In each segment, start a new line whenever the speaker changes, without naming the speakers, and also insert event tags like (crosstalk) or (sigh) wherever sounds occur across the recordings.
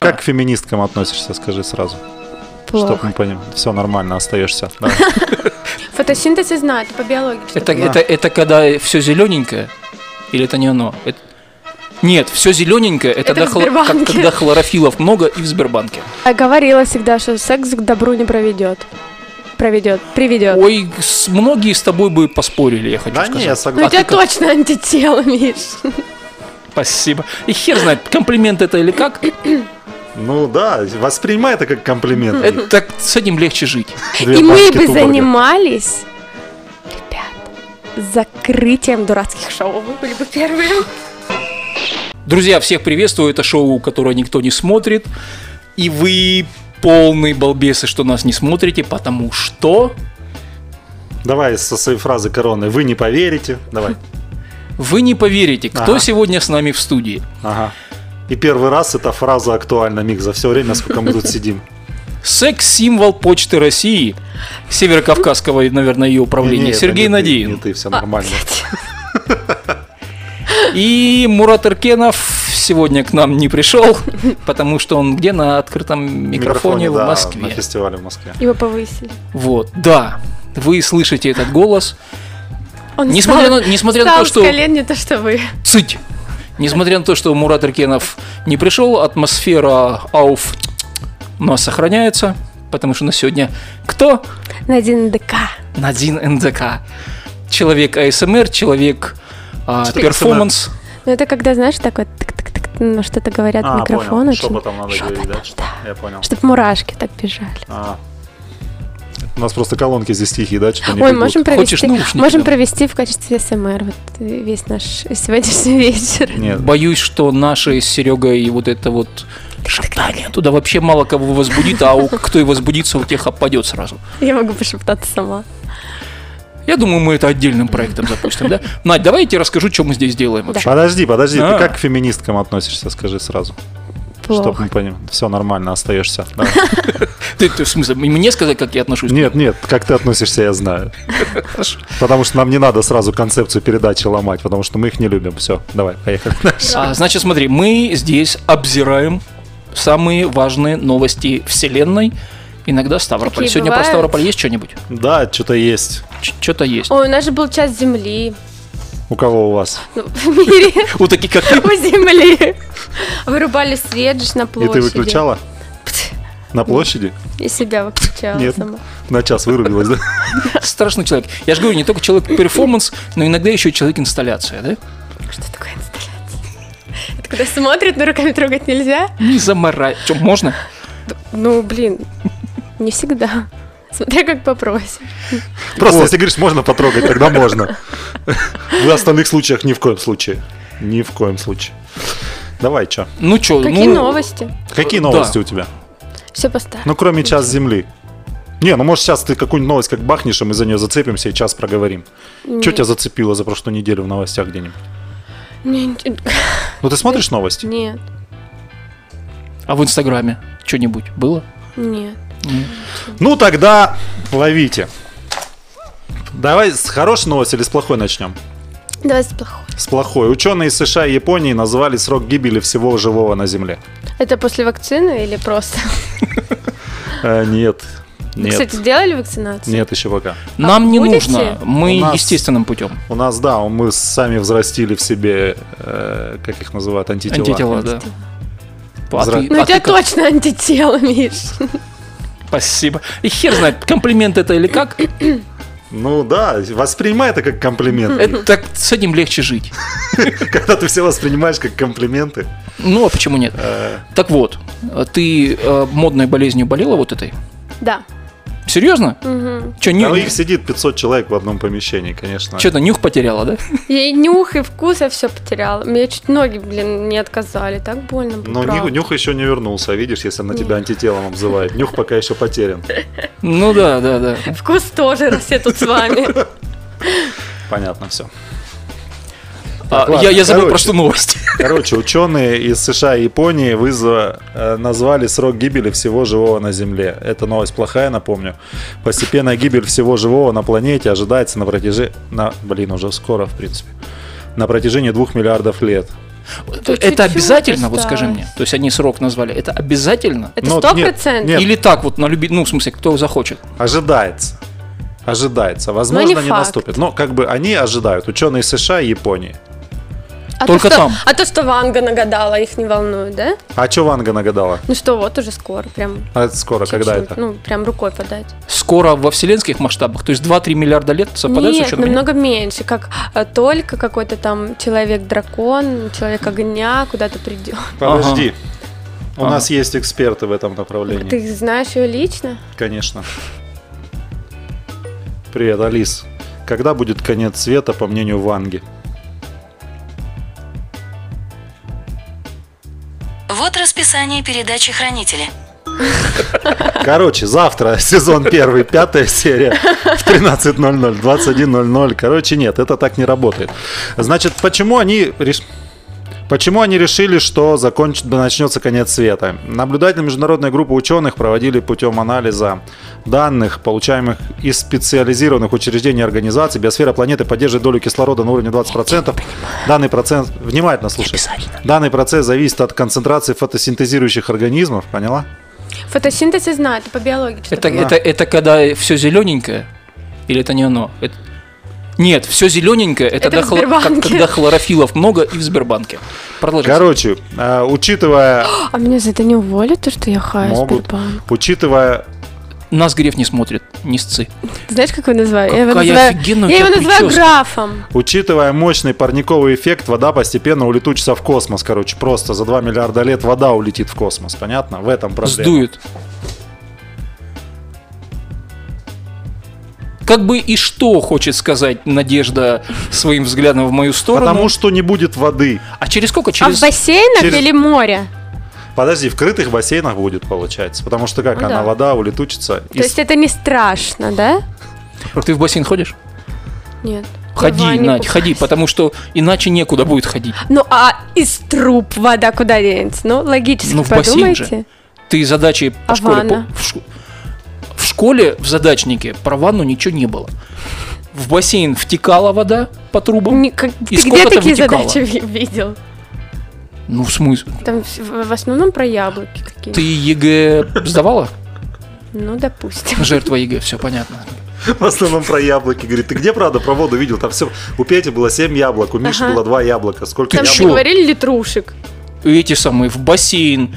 Как к феминисткам относишься, скажи сразу. Чтоб
Плохо.
мы поняли. Все нормально, остаешься. Да.
Фотосинтез я знаю, это по биологии. что-то.
Это, это, это когда все зелененькое? Или это не оно? Это- Нет, все зелененькое
Это
это,
в
когда хло- как-
Сбербанке.
когда хлорофилов много и в Сбербанке.
Я говорила всегда, что секс к добру не проведет. Проведет, приведет.
Ой, с- многие с тобой бы поспорили, я хочу
Да не,
сказать.
я
Ну, у
согласен.
тебя
ты как-
точно антитело, Миш.
Спасибо. И хер знает, комплимент это или как,
Ну да, воспринимай это как комплимент.
(clears throat)
это, так с этим легче жить.
Две
И мы
банки
бы
Туборга.
занимались, ребят, закрытием дурацких шоу. Вы были бы первые.
Друзья, всех приветствую. Это шоу, которое никто не смотрит. И вы полные балбесы, что нас не смотрите, потому что
Давай со своей фразы короны. Вы не поверите. Давай.
вы не поверите, кто
Ага.
сегодня с нами в студии.
Ага. И первый раз эта фраза актуальна, Мик, за все время, сколько мы тут сидим.
Секс-символ Почты России, Северокавказского, наверное, ее управления,
Не-не, это
Сергей А,
не ты,
Надеин.
не ты, все нормально.
И Мурат Иркенов сегодня к нам не пришел, (laughs) потому что он где? На открытом микрофоне, в
да,
Москве.
На фестивале в Москве.
(laughs) Его повысили.
Вот, да. Вы слышите этот голос.
Он
Несмотря
встал-
на, несмотря на
встал
то,
с
что...
колен, не то, что вы.
Цыть! Несмотря на то, что Мурат Иркенов не пришел, атмосфера ауф у нас сохраняется, потому что на сегодня кто?
На один ДК.
Надин НДК. Человек АСМР, человек а,
Что такое
перформанс.
Ну, это когда, знаешь, такое тык-тык-тык, ну, что-то говорят
А,
в микрофон.
А, понял.
очень.
Шепотом надо
Шепотом,
говорить, да? что-
да.
Я понял.
Чтоб мурашки так бежали.
А. У нас просто колонки здесь тихие, да? что-то не ну,
Ой,
бегут.
можем
Хочешь
провести,
наушники?
можем
дам?
провести в качестве СМР вот весь наш сегодняшний вечер. (laughs)
Нет.
Боюсь, что наши с Серегой вот это вот шептание туда вообще мало кого возбудит, а у (laughs) кто и возбудится, у тех опадет сразу.
(laughs) Я могу пошептаться сама.
Я думаю, мы это отдельным проектом запустим, да? Надь, давай я тебе расскажу, что мы здесь делаем вообще.
Подожди, подожди,
А.
ты как к феминисткам относишься, скажи сразу. Чтоб
Плохо.
мы поняли. Все нормально, остаешься.
(laughs)
да.
Ты, ты в смысле, мне сказать, как я отношусь?
Нет, нет, как ты относишься, я знаю. Потому что нам не надо сразу концепцию передачи ломать, потому что мы их не любим. Все, давай, поехали.
А, значит, смотри, мы здесь обзираем самые важные новости вселенной. Иногда Ставрополь.
Такие
Сегодня
бывают.
про Ставрополь есть что-нибудь?
Да, что-то есть.
Что-то есть.
Ой, у нас же был час земли
У кого у вас?
Ну, (laughs) в мире,
У таких как ты.
у земли. Вырубали свет же на
И
площади.
ты выключала?
Пф,
На площади?
Я себя выключала
Нет.
сама.
На час
(laughs)
вырубилась, да?
Страшный человек. Я же говорю, не только человек перформанс, но иногда еще и человек инсталляция, да?
Что такое инсталляция? Это когда смотрят, но руками трогать нельзя?
Не заморай. Что, можно?
Ну, блин, не всегда. Смотря как попросим.
Просто если говоришь, можно потрогать,
(laughs)
тогда можно. (laughs) В остальных случаях ни в коем случае. Ни в коем случае. Давай, чё?
Ну что,
Какие
ну,
новости?
Какие
Да.
новости у тебя?
Все поставь.
Ну, кроме час земли. Не, ну может сейчас ты какую-нибудь новость как бахнешь, и мы за нее зацепимся и час проговорим. Что ну, тебя зацепило за прошлую неделю в новостях где-нибудь? Ну ты смотришь новости?
Нет,
А в Инстаграме что-нибудь было?
нет.
Ну тогда ловите. Давай с хорошей новости или с плохой начнем?
Давай с плохой.
С плохой. Ученые из США и Японии назвали срок гибели всего живого на Земле.
Это после вакцины или просто?
Э, нет. Нет.
Кстати, сделали вакцинацию?
Нет, еще пока.
Нам не
А будете?
нужно. Мы
У нас-
естественным путем.
У нас, да, мы сами взрастили в себе, э, как их называют, антитела.
Антитела, да. А
Зра-
ты-
Ну,
а
у тебя
ты как?
точно антитело, Миш. (laughs)
Спасибо. И хер знает, комплимент это или как, э,
Ну да, воспринимай это как комплимент.
это, так с этим легче жить.
Когда ты все воспринимаешь как комплименты.
Ну, а почему нет?
э,
Так вот, а ты э, модной болезнью болела вот этой?
Да.
Серьезно?
Мгм.
Че,
ну, их
нюх?
сидит 500 человек в одном помещении, конечно.
Что-то нюх потеряла, да?
Я и нюх, и вкус, я все потеряла. Мне чуть ноги, блин, не отказали. Так больно было.
Но Ню-
правда.
Нюх еще не вернулся, а видишь, если на тебя антителом обзывает. Нюх пока еще потерян.
Ну да, да, да.
Вкус тоже, раз я тут с вами.
Понятно все.
А,
ладно,
я, я забыл
короче.
про
(laughs)
что новость.
Короче, ученые из США и Японии вызва, э, назвали срок гибели всего живого на Земле. Эта новость плохая, напомню. Постепенная гибель всего живого на планете ожидается на протяжении... На... Блин, уже скоро, в принципе. На протяжении двух миллиардов лет.
это
чуть-чуть
обязательно, вот скажи
осталось.
мне. То есть они срок назвали. Это обязательно?
Это
Ну,
сто
нет,
процентов.
нет.
Или так вот на люби, ну в смысле, кто захочет.
Ожидается. Ожидается. Возможно, не,
факт.
наступит. Но как бы они ожидают. Ученые США и Японии.
(laughs) А
Только
то, что-
там.
А то, что Ванга нагадала, их не волнует, да?
А что Ванга нагадала?
Ну что, вот уже скоро, прям.
А это скоро, когда
чуть-чуть,
это?
Ну, прям рукой подать.
Скоро во вселенских масштабах, то есть 2-3 миллиарда лет совпадает с
Нет,
учеными?
намного меньше, как э, только какой-то там человек-дракон, человек огня куда-то придет.
Подожди. У
Ага.
нас есть эксперты в этом направлении.
А. Ты знаешь ее лично?
Конечно. Привет, Алис. Когда будет конец света, по мнению Ванги?
Вот расписание передачи «Хранители».
Короче, завтра (laughs) сезон первый, пятая серия в 13.00, 21.00. Короче, нет, это так не работает. Значит, почему они реш- Почему они решили, что законч- начнется конец света? Наблюдатели международной группы ученых проводили путем анализа данных, получаемых из специализированных учреждений и организаций. Биосфера планеты поддерживает долю кислорода на уровне 20%. Данный процент... Внимательно слушай. Данный процесс зависит от концентрации фотосинтезирующих организмов. Поняла?
Фотосинтез я знаю, это по биологии. что
Это,
такое.
это, это когда все зелененькое? Или это не оно? Это- Нет, все зелененькое это,
Это
когда,
в
хло- как-
Сбербанке.
когда хлорофилов много и в Сбербанке. Продолжай.
Короче, э, учитывая,
А меня за это не уволят, то, что я хаю
Могут.
Сбербанк?
учитывая,
Нас Греф не смотрит, не сцы.
Знаешь, как его называю? я его
Какая
называю,
офигенная у
я его
тебя
называю
прическа.
графом.
учитывая мощный парниковый эффект, вода постепенно улетучится в космос. Короче, просто за 2 миллиарда лет вода улетит в космос. Понятно? В этом проблема.
Сдует. Как бы и что хочет сказать Надежда своим взглядом в мою сторону.
Потому что не будет воды.
А через сколько?
А в
Через...
бассейнах
через-
или море?
Подожди, в крытых бассейнах будет, получается. Потому что как
Ну
она,
да.
вода улетучится.
То есть это не страшно, да?
Ты в бассейн ходишь?
Нет.
Ходи,
Давай, не
Надь,
пугайся.
ходи, потому что иначе некуда будет ходить.
Ну а из труб вода куда денется? Ну, логически
Ну, в бассейн же.
подумайте.
Ты задачи по
А
школе...
ванна?
пом- В, ш- в школе в задачнике про ванну ничего не было. В бассейн втекала вода по трубам.
Не- как- Ты
Из
где
кого-то
такие
вытекало.
задачи ви- видел?
Ну, в смысле?
Там в в основном про яблоки
Ты
какие-то.
ЕГЭ сдавала?
Ну, допустим.
Жертва ЕГЭ, все понятно.
(laughs) В основном про яблоки. Говорит, ты где, правда, про воду видел? Там все. У Пети было 7 яблок, у Миши
Ага.
было 2 яблока. Сколько
Там же
чё?
говорили литрушек.
И эти самые в бассейн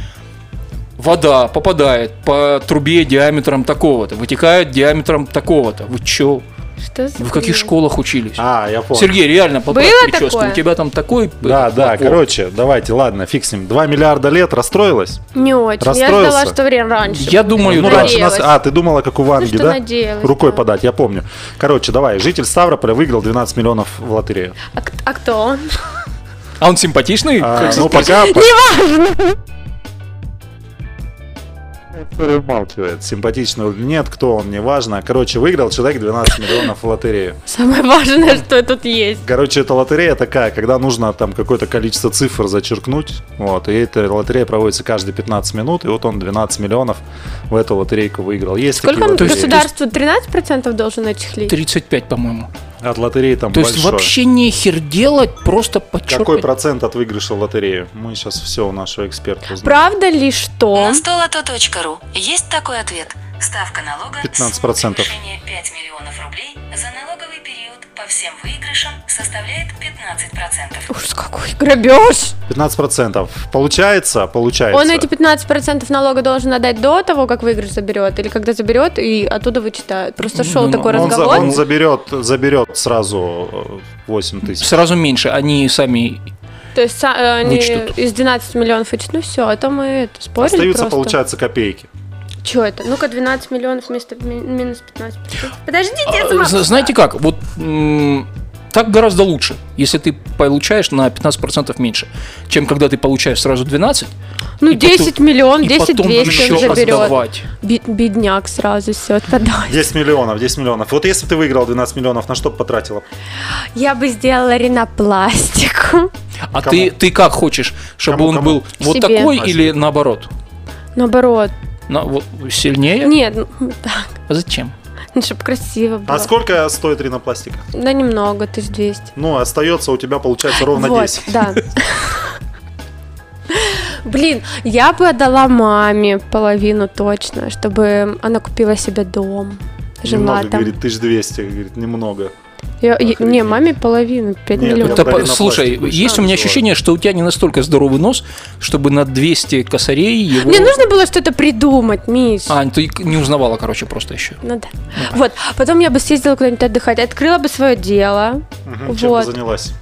вода попадает по трубе диаметром такого-то, вытекает диаметром такого-то. Вы чё?
Что за
Вы в каких
хуйня?
школах учились?
А, я понял.
Сергей, реально, поправь
Было
прическу.
такое?
У тебя там такой...
Да,
этот,
да,
напор.
короче, давайте, ладно, фиксим. 2 миллиарда лет расстроилась?
Не очень. Я
Расстроился?
ждала, что время раньше.
Я думаю,
Ну,
да.
раньше нас...
Надеялась.
А, ты думала, как у Ванги,
Ну, что
да?
надеялась,
Рукой
да.
подать, я помню. Короче, давай, житель Ставрополя выиграл 12 миллионов в лотерею.
А, к- а кто он? (laughs)
А он симпатичный?
А,
Как
ну,
сказать?
пока... Неважно! Умалчивает, симпатичный он или нет, кто он, неважно. Короче, выиграл человек 12 миллионов в лотерею.
Самое важное, что тут есть.
Короче, эта лотерея такая, когда нужно там какое-то количество цифр зачеркнуть. Вот, и эта лотерея проводится каждые 15 минут, и вот он 12 миллионов в эту лотерейку выиграл. Есть
Сколько
такие
он
лотереи.
государству? 13% должен отчехлить?
35, по-моему.
От лотереи там
То есть
большое.
вообще не хер делать, просто
Какой
подчеркивать.
процент от выигрыша в лотерею? Мы сейчас все у нашего эксперта узнаем.
Правда ли, что
На столото.ру есть такой ответ. Ставка налога с
15%.
превышения 5 миллионов рублей за налоговый период по всем выигрышам составляет 15%.
Ужас какой, грабеж!
15%. Получается? Получается.
Он эти 15% налога должен отдать до того, как выигрыш заберет, или когда заберет, и оттуда вычитают. Просто шел
Ну,
такой
Он за-
разговор.
он заберет, заберет сразу 8 тысяч.
Сразу меньше, они сами...
То есть са- э, они
Вычтут.
из 12 миллионов вычтут. Ну все, а то мы это, спорили
Остаются,
просто.
получается, копейки.
Че это? Ну-ка, 12 миллионов вместо ми- минус 15. Подождите, я
А,
сама-
зна- Знаете как, вот м, так гораздо лучше, если ты получаешь на 15% меньше, чем когда ты получаешь сразу 12,
Ну,
и потом-
10 миллион,
и
10
потом
200
еще
он заберет.
отдавать.
Би- Бедняк сразу все отпадает.
10 миллионов, 10 миллионов. Вот если бы ты выиграл 12 миллионов, на что бы потратила?
(laughs) Я бы сделала ринопластику.
А
Кому?
ты, ты как хочешь, чтобы
Кому,
он
кому?
был вот
Себе.
такой или наоборот?
(laughs) Наоборот.
На, вот, сильнее?
Нет, ну, так,
А зачем?
ну, чтобы красиво было.
А сколько стоит ринопластика?
Да немного, 1200.
(laughs) Ну, остается у тебя, получается, ровно
вот,
10.
да. Блин, я бы отдала маме половину точно, чтобы она купила себе дом. Жила
Немного,
там.
говорит, 1200, говорит, немного.
Я- я- не,
охренеть.
маме половину, 5
Нет,
миллионов.
я
Это по-
блин, на
слушай,
пластик
есть у
вышла.
меня ощущение, что у тебя не настолько здоровый нос, чтобы на 200 косарей его...
Мне нужно было что-то придумать, Миш.
А, ты не узнавала, короче, просто еще.
Ну да. Вот, потом я бы съездила куда-нибудь отдыхать, открыла бы свое дело.
Мгм, Чем ты
Вот.
занялась?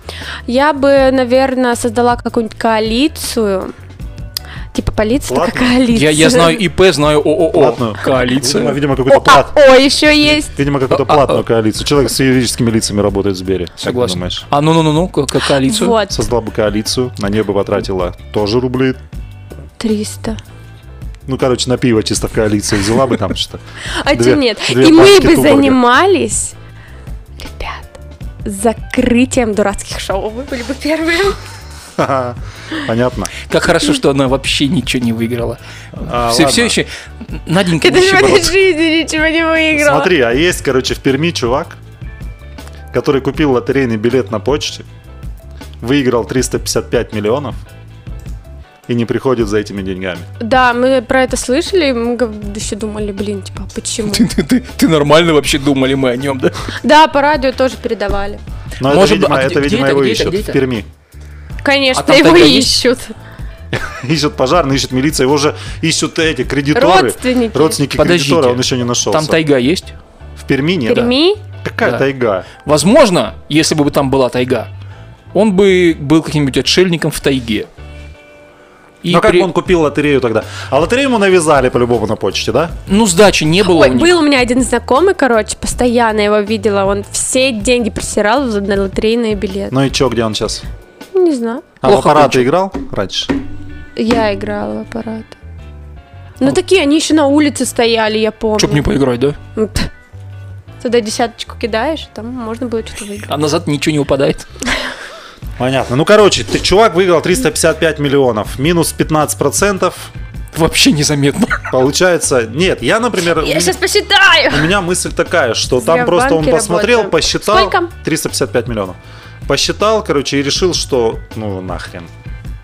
Я бы, наверное, создала какую-нибудь коалицию. Типа полиция это
Ладно.
коалиция.
Я, я знаю ИП, знаю ООО.
Платную? Видимо,
Коалиция.
видимо,
О,
какой-то
а,
плат.
о, еще есть.
Видимо, какую-то
(laughs) А, а,
платную коалицию. Человек с юридическими лицами работает в Сбере. Как ты
Согласен.
думаешь?
А, ну-ну-ну-ну, ко- ко- коалицию.
Вот,
Создала бы коалицию, на нее бы потратила тоже рубли.
300.
Ну, короче, на пиво чисто в коалиции взяла бы там что-то. (laughs)
А
Две-
чё нет?
две
И мы
банки
бы
Туборга.
занимались, ребят, закрытием дурацких шоу. Вы были бы первые.
Ха-ха. Понятно.
Как хорошо, что она вообще ничего не выиграла.
А,
все,
ладно.
все еще... Наденька,
Ты даже в
нищеброд.
этой жизни ничего не выиграла.
Смотри, а есть, короче, в Перми чувак, который купил лотерейный билет на почте, выиграл 355 миллионов и не приходит за этими деньгами.
Да, мы про это слышали, и мы гов- еще думали, блин, типа, а почему?
Ты, ты- ты- ты нормально вообще думали мы о нем, да?
Да, по радио тоже передавали.
Но это,
Может
видимо,
быть, а
это,
где-
видимо,
где это,
его
где это,
ищут
где это?
в Перми.
Конечно,
А там
его
тогда есть? Ну
ищут.
Ищут пожарные, ищут милиция, его же ищут эти кредиторы.
Родственники.
Родственники
Подождите.
кредитора, он еще не нашелся.
Там тайга есть.
В Перми нет?
Перми?
Какая
Да.
тайга?
Возможно, если бы там была тайга, он бы был каким-нибудь отшельником в тайге. И
Но Ну, как
при-
бы он купил лотерею тогда? А лотерею ему навязали по-любому на почте, да?
Ну, сдачи не было
Ой,
у них.
был у меня один знакомый, короче, постоянно его видела, он все деньги просирал за- на лотерейные билеты.
Ну и чё, где он сейчас?
Ну.
Не знаю.
А в
Плохо
аппараты играл раньше?
Я играла в аппарат. Ну такие, они еще на улице стояли, я помню.
Чтоб не поиграть, да?
М, пф. Туда десяточку кидаешь, там можно было что-то выиграть.
А назад ничего не упадает.
Понятно. Ну, короче, ты, чувак выиграл 355 миллионов. Минус 15%.
Вообще незаметно. (laughs)
Получается... Нет, я, например... у
Я
меня-
сейчас посчитаю!
У меня мысль такая, что
Зря
там
в
просто он
банке
посмотрел,
работаю.
посчитал...
Сколько?
355 миллионов. Посчитал, короче, и решил, что ну нахрен.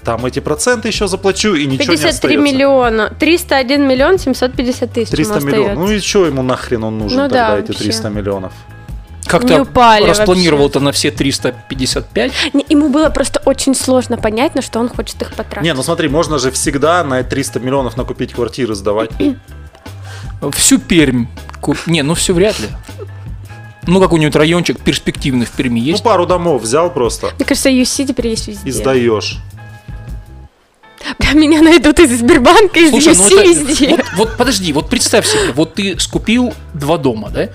Там эти проценты еще заплачу и ничего не
53
остается.
миллиона. 301 миллион 750 тысяч
300
ему
миллионов. Ну
остается.
и что ему нахрен он нужен
Ну
тогда,
да,
эти
вообще.
300 миллионов?
Не
Как-то
упали
распланировал-то на все 355.
Не, Ему было просто очень сложно понять, на что он хочет их потратить.
Не, ну смотри, можно же всегда на 300 миллионов накупить квартиры, сдавать.
Всю Пермь. куп- Не, ну все вряд ли. Ну, какой-нибудь райончик перспективный в Перми
Ну
есть.
пару домов взял просто
Мне кажется, UC теперь есть везде.
и сдаешь.
Меня найдут из Сбербанка, из
Слушай, ну
UC
это-
везде.
вот, вот подожди, вот представь себе, вот ты скупил два дома, да?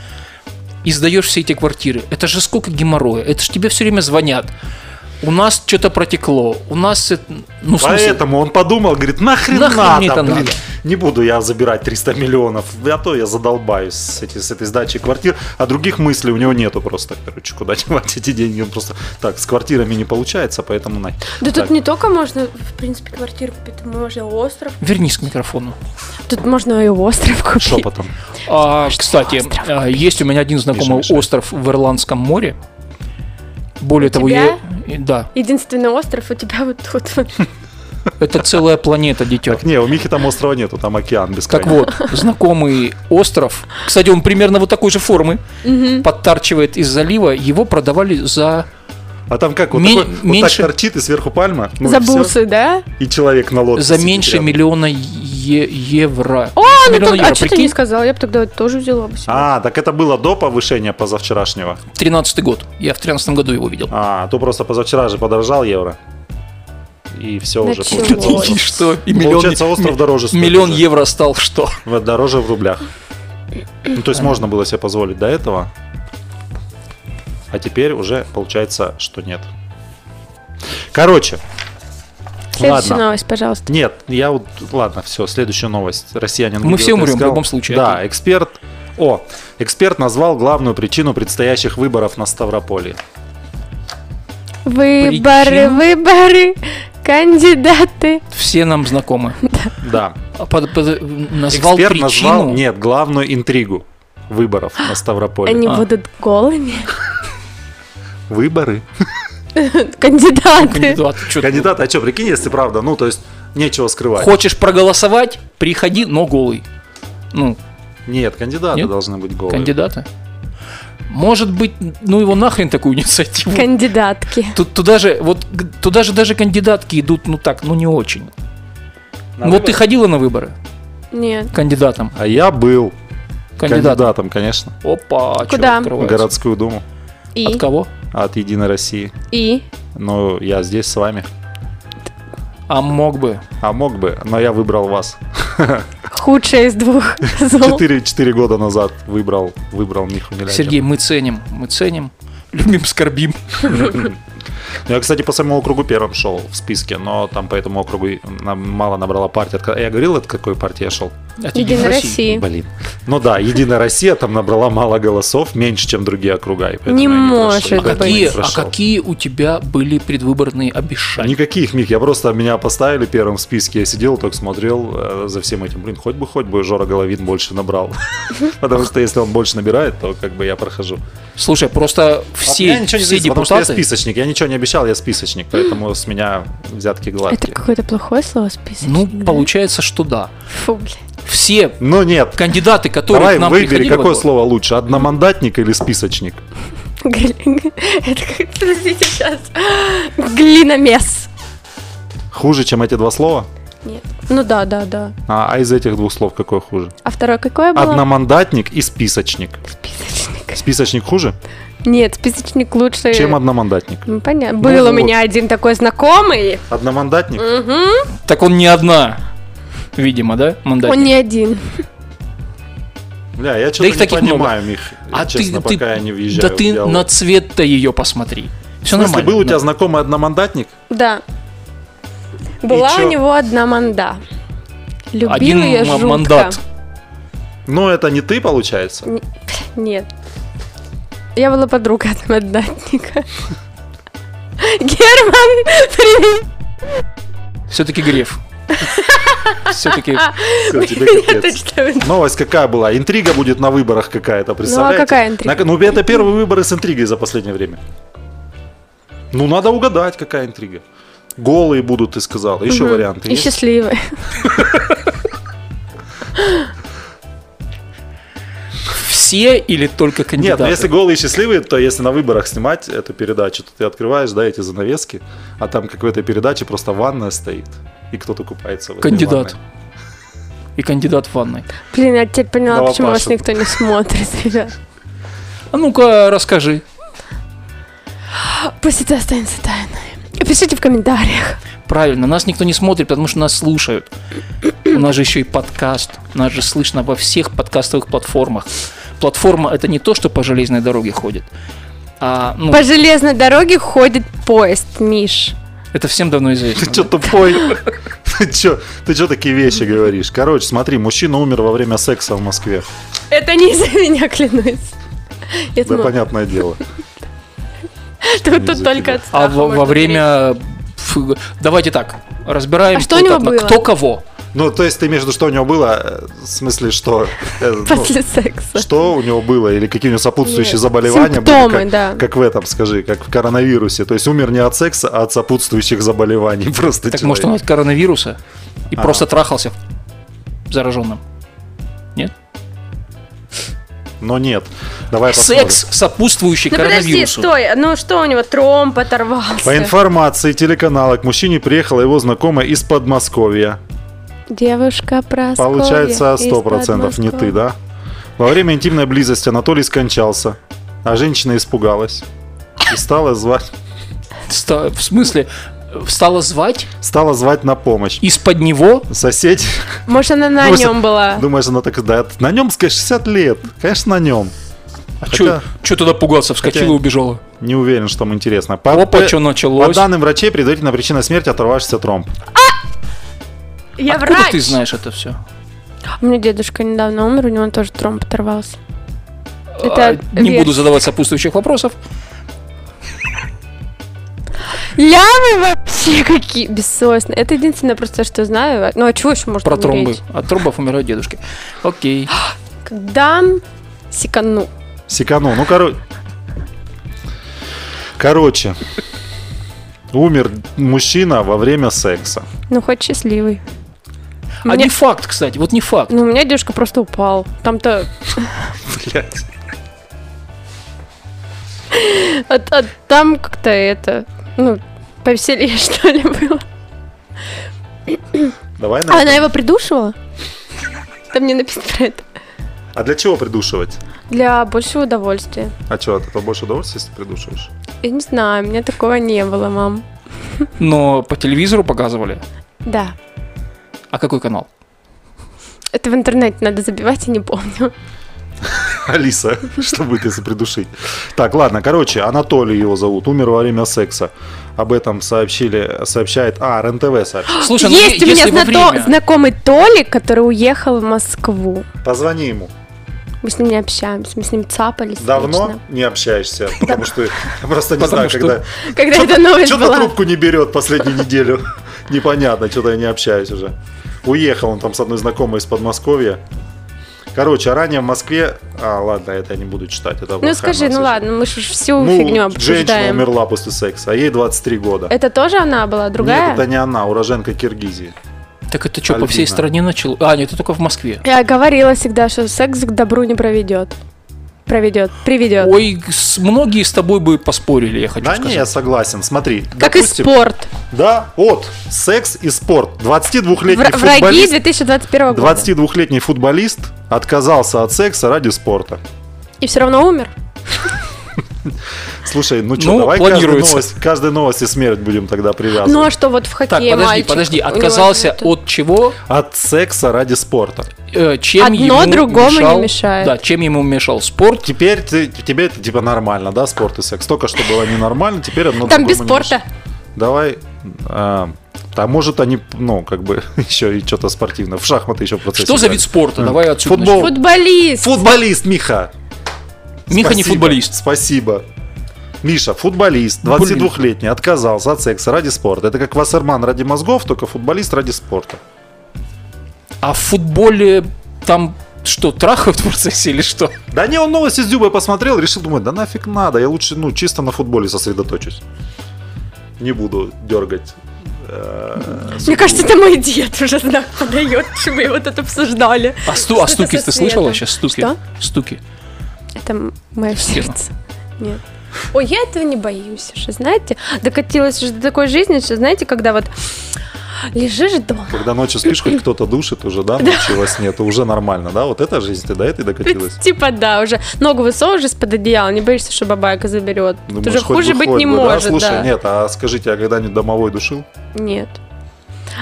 И сдаешь все эти квартиры. Это же сколько геморроя. Это же тебе все время звонят. У нас что-то протекло. У нас это- ну, в смысле,
Поэтому он подумал, говорит, нахрен,
Нахрен
надо,
мне это
блин,
надо?»
не буду я забирать 300 миллионов, а то я задолбаюсь с, эти- с этой сдачей квартир, а других мыслей у него нету просто, короче, куда (laughs) девать эти деньги, он просто так, с квартирами не получается, поэтому на.
Да
Так.
тут не только можно, в принципе, квартиру купить, можно остров.
Вернись к микрофону.
Тут можно и остров купить.
Шепотом.
А, кстати,
остров
а, есть у меня один знакомый
Миша.
остров в Ирландском море. Более
У
того,
тебя?
я... Да,
Единственный остров у тебя вот тут. вот. (laughs)
это целая планета, дитё.
Не, у Михи там острова нету, там океан
Так
бесконечный.
вот, знакомый остров, кстати, он примерно вот такой же формы, подтарчивает из залива, его продавали за...
А там как, вот,
Мен-
такой, вот
меньше-
так торчит и сверху пальма, ну и
За
всё.
бусы, да?
и человек на лодке
за
сидит
меньше
рядом.
миллиона е- евро. О,
А, ну так- а что ты не сказала? Я бы тогда это тоже взяла бы себе.
А, так это было до повышения позавчерашнего.
13 год. Я в 13 году
(laughs)
его видел.
А, то просто позавчера же подорожал евро. И все уже
Началось.
получается.
И что? И
Получается, остров дороже стоит
Миллион
уже.
евро стал что?
Вот Дороже в рублях. Ну, то есть можно было себе позволить до этого. А теперь уже получается, что нет. Короче,
Следующая
А, ладно.
новость, пожалуйста.
нет, я вот, ладно, все, следующая новость. Россиянин.
Мы
Гугл
все умрем в
отыскал.
любом случае.
Да, эксперт, о, эксперт назвал главную причину предстоящих выборов на Ставрополье.
Выборы,
Причем?
выборы, кандидаты.
Все нам знакомы.
Да,
А под- под- назвал
эксперт
причину.
назвал, нет, главную интригу выборов на Ставрополье.
Они
А.
будут голыми.
Выборы.
(laughs) кандидаты.
Кандидат, чё ты?
Кандидат, а что, прикинь, если правда, ну, то есть, нечего скрывать.
Хочешь проголосовать? Приходи, но голый. Ну,
Нет, кандидаты
Нет?
должны быть голые.
кандидаты. Может быть, ну его нахрен такую (laughs) инициативу.
Кандидатки.
Тут туда же, вот г- туда же даже кандидатки идут, ну так, ну не очень.
На
вот
выборы?
ты ходила на выборы
Нет.
кандидатом.
А я был
Кандидатом.
кандидатом, конечно,
Опа, чё
в
Куда?
открывается?
городскую думу
И.
От кого?
от Единой России.
И.
Ну, я здесь с вами.
А мог бы.
А мог бы, но я выбрал вас.
Худшее из двух
Ну.
зол.
Четыре, четыре года назад выбрал, выбрал Миху Милягина.
Сергей, мы ценим, мы ценим. (laughs) Любим, скорбим.
Ну, я, кстати, по самому округу первым шел в списке, но там по этому округу и нам мало набрала партия. Отка- Я говорил, от какой партии я шел?
От
Единая
Единой
Россия.
Блин. Ну да, Единая Россия там набрала мало голосов, меньше, чем другие округа. и поэтому
Не
я
может
прошел.
быть.
Я
А
не
какие, а
прошел.
какие у тебя были предвыборные обещания?
Никаких, Мик, я просто меня поставили первым в списке, я сидел, только смотрел э, за всем этим. Блин, хоть бы, хоть бы Жора Головин больше
(laughs)
набрал. Потому что если он больше набирает, то как бы я прохожу.
Слушай, просто
От
все,
меня ничего не
все
зависит, потому что А я
депутаты...
списочник. Я ничего не обещал, я списочник, поэтому с меня взятки
Это
гладкие.
какое-то плохое слово список.
Ну, получается, что да.
Фу, блин.
Все
Но Ну нет,
кандидаты, которые
Давай
к нам
выбери,
приходили во
какое
двор-
слово лучше, одномандатник или списочник?
Гли- (laughs) Это как... Подождите, сейчас. Глиномес.
Хуже, чем эти два слова?
Нет. Ну да, да, да.
А, а из этих двух слов какое хуже?
А второе какое было?
Одномандатник и списочник.
Списочник.
Списочник хуже,
Нет, списочник лучше.
чем одномандатник?
Ну, понятно. Был у
вот.
меня один такой знакомый.
Одномандатник?
Так он не одна, видимо, да, мандатник?
Он не один.
Бля, я что-то
их
не
таких
понимаю, Мих, честно, пока я не въезжаю
А Да
в
ты
диалог.
на цвет-то ее посмотри. Все
В смысле,
нормально.
был у тебя
Да.
знакомый одномандатник?
Да. Была
чё?
у него одна манда. Любил
Один
ее
м-
жутко.
мандат.
Но это не ты,
(laughs)
получается?
Нет. Я была подруга от мандатника. Герман, привет!
Все-таки Греф. (laughs) Все-таки
Всё, тебе
Меня
капец.
точно-
Новость какая была? Интрига будет на выборах какая-то, представляете?
Ну, а какая интрига?
На- ну, это первые выборы с интригой за последнее время. Ну, надо угадать, какая интрига. Голые будут, ты сказал. Еще варианты
И
есть?
счастливый.
все или только
Нет,
кандидаты?
но если голые и счастливые, то если на выборах снимать эту передачу, то ты открываешь, да, эти занавески, а там, как в этой передаче, просто ванная стоит. И кто-то купается в этой
Кандидат.
ванной.
И кандидат в ванной.
Блин, я теперь поняла, почему вас
Новопашин.
никто не смотрит, (laughs) ребят.
А ну-ка, расскажи.
Пусть это останется тайной. Пишите в комментариях.
Правильно, нас никто не смотрит, потому что нас слушают. У нас же еще и подкаст. Нас же слышно во всех подкастовых платформах. Платформа это не то, что по железной дороге ходит. А, ну,
По железной дороге ходит поезд, Миш.
это всем давно
(laughs)
известно.
Ты что тупой? Ты что ты чё такие вещи говоришь? Короче, смотри, мужчина умер во время секса в Москве.
Это не из-за меня, клянусь. Я
Да,
Ну.
думала,
понятное дело.
Тут,
из-за
тут только
тебя.
от
А
страха
во,
можно
во время... фу, Давайте так, разбираем,
А что
кто,
у него
там на-
было?
кто кого.
Ну, то есть ты между что у него было, э, в смысле, что... э, ну,
перейти. После секса.
Что у него было, или какие у него сопутствующие
Нет,
заболевания
симптомы,
были, как,
да.
как в этом, скажи, как в коронавирусе. То есть умер не от секса, а от сопутствующих заболеваний (laughs) просто
Так
человек.
может он от коронавируса и
А.
просто трахался зараженным. Нет?
Но нет. Давай
Секс, сопутствующий
Ну подожди,
коронавирусу.
стой, ну что у него, тромб оторвался?
По информации телеканала к мужчине приехала его знакомая из Подмосковья.
Девушка про
Получается, 100% не ты, да? Во время интимной близости Анатолий скончался, а женщина испугалась. И стала звать,
Ста- В смысле, э, стала звать
стала звать на помощь.
из-под него?
Соседи,
Может, она на
Может,
нем была?
(laughs) думаешь, она так, да, на нем, скажешь, 60 лет, конечно, на нем.
А
Хотя-
что тогда пугаться? Вскочила
хотя-
и убежала.
Не уверен, что вам интересно. По,
Опа,
по-
что
по
началось?
данным врачей, предварительная причина смерти оторвавшийся тромб.
Я
Откуда
врач.
ты знаешь это все?
У меня дедушка недавно умер, у него тоже тромб оторвался. Это
А, не
версия.
буду задавать сопутствующих вопросов.
Лямы вообще какие бессовестные. Это единственное просто, что знаю. Ну а чего еще может
Про тромбы.
умереть?
От тромбов умирают дедушки. Окей.
Когда секану.
Секану. Ну, короче. Короче. Умер мужчина во время секса. (laughs)
Ну, хоть счастливый. (gasps)
А
Мне-
не факт, кстати, вот не факт.
Ну, у меня дедушка просто упал. Там-то
Блядь.
от- от- там как-то это, ну, повеселее, (laughs) что ли, было.
Давай на
А
это.
она его придушивала? Там не написано про это.
А для чего придушивать?
Для большего удовольствия.
А что, от этого больше удовольствия, если придушиваешь? (laughs)
Я не знаю, у меня такого не было, мам.
Но по телевизору показывали.
Да.
А какой канал?
Это в интернете надо забивать, я не помню.
Алиса, (laughs) что будет, если придушить? Так, ладно, короче, Анатолий его зовут, умер во время секса. Об этом сообщили, сообщает, а, РНТВ сообщил.
Слушай, ну,
Есть у меня
если во
знато-
время-
знакомый Толик, который уехал в Москву.
Позвони ему.
Мы с ним не общаемся, мы с ним цапались.
Давно
вечно.
не
(laughs)
общаешься, потому что я просто не
Потому
знаю,
что-
когда...
Когда эта новость
Что-то
была.
трубку не берет последнюю неделю. (laughs) Непонятно, что-то я не общаюсь уже. Уехал он там с одной знакомой из Подмосковья. Короче, а ранее в Москве... А, ладно, это я не буду читать. Это
Ну
плохая
скажи, ну
мысль.
ладно, мы же всю
Ну,
фигню
женщина
обсуждаем.
умерла после секса, а ей 23 года.
Это тоже она была, другая?
Нет, это не она, уроженка Киргизии.
Так это что, по
Альбина.
всей стране начало? А, нет, это только в Москве.
Я говорила всегда, что секс к добру не проведет. Проведет, приведет.
Ой, с- многие с тобой бы поспорили, я хочу
Да не,
сказать.
я согласен. Смотри,
как
допустим,
и спорт.
Да, от секс и спорт. 22-летний
Вра- враги
футболист,
2021 года.
22-летний футболист отказался от секса ради спорта.
И все равно умер.
Слушай, ну что,
Ну,
давай каждую
планируется.
новость, каждой новости смерть будем тогда привязывать.
Ну а что вот в
Так,
хоккее
подожди,
мальчик,
подожди,
у него
отказался
это-
от чего?
а
От секса ради спорта.
Э, чем
Одно
ему
другому не
мешал-
мешает.
Да, чем ему мешал спорт?
Теперь ты, тебе это типа нормально, да, спорт и секс. Только что было ненормально, теперь одно
Там
другому
без
не
спорта.
мешает. Давай. а, там может они, ну, как бы, (laughs) еще и что-то спортивное. В шахматы еще в процессе.
Что за
играют.
вид спорта? Давай отсюда.
Футбол.
Футболист.
Футболист, Миха.
начнем. Миха не
Спасибо,
футболист.
Спасибо. Миша, футболист, 22-летний, отказался от секса ради спорта. Это как Вассерман ради мозгов, только футболист ради спорта.
А в футболе там что, трахают в процессе или что?
Да не, он новости с Дюбой посмотрел, решил, думать, да нафиг надо, я лучше, ну, чисто на футболе сосредоточусь. Не буду дергать. э, (laughs)
Мне
супругу.
кажется, это мой дед уже знак подает, что мы вот это обсуждали.
А, сту-
Что-то
а стуки
со
ты слышала
светом.
сейчас? Стуки.
Что?
Стуки.
Это м- мое
Стена.
сердце. Нет. Ой, я этого не боюсь уже, знаете. Докатилась уже до такой жизни, что, знаете, когда вот лежишь дома, (laughs)
Когда ночью спишь, хоть кто-то душит уже, да, ночью во сне, то уже нормально, да? Вот эта жизнь, ты до этой докатилась?
Типа да, уже ногу высовываешь из-под одеяла, не боишься, что бабайка заберет.
Думаешь,
Уже
Ну, хоть бы,
хуже быть
хоть
не
бы, да?
может,
Слушай,
да.
нет, а скажите, а когда-нибудь домовой душил?
Нет.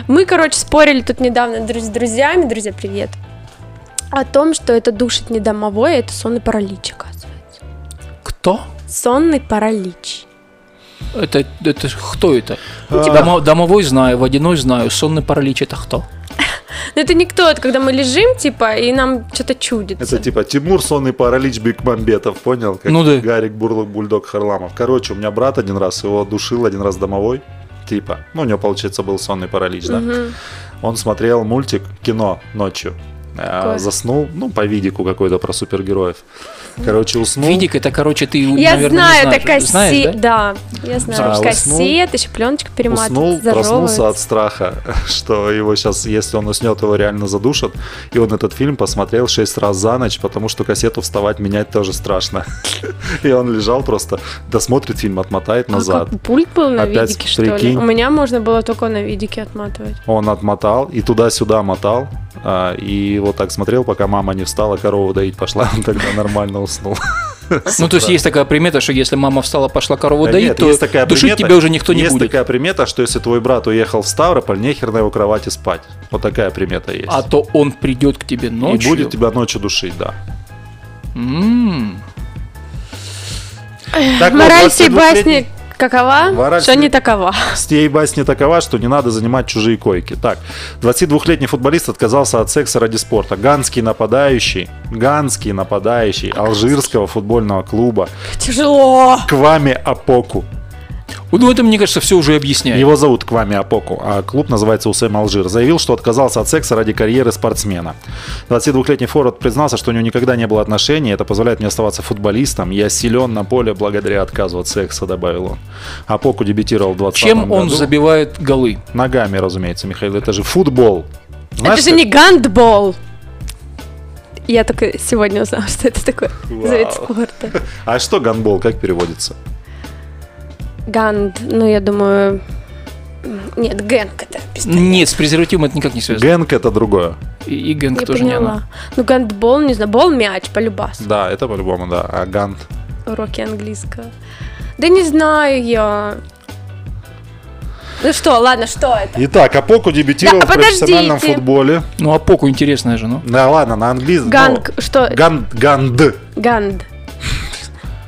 Мы, короче, спорили тут недавно друз- с друзьями, друзья, привет, о том, что это душит не домовой, а это сонный паралич, оказывается.
Кто?
Сонный паралич.
Это, это ж кто это?
Ну, типа-
Домо- домовой знаю, водяной знаю, сонный паралич это кто?
Но это не кто, это когда мы лежим, типа, и нам что-то чудится.
Это типа Тимур сонный паралич Бекмамбетов, понял? Как
Ну да.
Гарик Бурлок Бульдог Харламов. Короче, у меня брат один раз его душил, один раз домовой. Типа, ну у него, получается, был сонный паралич, да.
Мгм.
Он смотрел мультик, кино ночью. А,
Какое?
заснул, ну, по видику какой-то про супергероев. Короче, уснул.
Видик это, короче, ты,
Я
наверное, не
знаю,
знаешь.
это кассета.
Знаешь, да?
да? я знаю.
А, уснул-
кассет, еще пленочка
Уснул,
перематывается,
проснулся
здоровается.
от страха, (laughs) что его сейчас, если он уснет, его реально задушат. И он этот фильм посмотрел шесть раз за ночь, потому что кассету вставать менять тоже страшно. (laughs) И он лежал просто, досмотрит фильм, отмотает назад.
А как, пульт был на
Опять,
видике, что ли?
прикинь.
У меня можно было только на видике отматывать.
Он отмотал и туда-сюда мотал. а, И вот так смотрел, пока мама не встала, корову доить пошла, (laughs) он тогда нормально уснул.
Ну, то есть есть такая примета, что если мама встала, пошла корову
Да
доить,
нет,
то
есть такая
душить
примета-
тебя уже никто не
есть
будет.
такая примета, что если твой брат уехал в Ставрополь, нехер на его кровати спать. Вот такая примета есть.
А то он придет к тебе
И
ночью.
будет тебя ночью душить, да.
М.
Так вот,
Мораль всей
22-летний
басни какова?
Мораль
что
всей- (laughs)
не такова.
Стей басни такова, что не надо занимать чужие койки. Так, 22-летний футболист отказался от секса ради спорта. Ганский нападающий, ганский нападающий алжирского футбольного клуба
Тяжело.
Квами Апоку
Ну, это, мне кажется, все уже объясняет.
Его зовут Квами Апоку, а клуб называется Усэм Алжир. Заявил, что отказался от секса ради карьеры спортсмена. 22-летний форвард признался, что у него никогда не было отношений. Это позволяет мне оставаться футболистом. Я силен на поле благодаря отказу от секса, добавил он. Апоку дебютировал в 20
Чем он
году.
забивает голы?
Ногами, разумеется, Михаил. Это же футбол. Знаешь,
это же не гандбол. Я только сегодня узнала, (laughs) что это такое за вид
Вау.
спорта.
А что гандбол, как переводится?
Ганд, ну, я думаю... Нет, гэнг это. пиздец.
Нет, с презервативом это никак не связано.
Гэнк это другое.
И, и Гэнг
Не
тоже не она.
поняла. Ну, гандбол, не знаю, бол, мяч, полюбас.
Да, это по-любому, да. А гант?
Уроки английского. Да не знаю я. Ну что, ладно, что это?
Итак, Апоку дебютировал
Да,
в профессиональном
подождите.
футболе.
Ну, а Поку интересная же, ну.
Да ладно, на английском.
Ганг, что?
Ганд, ганд.
Ганд.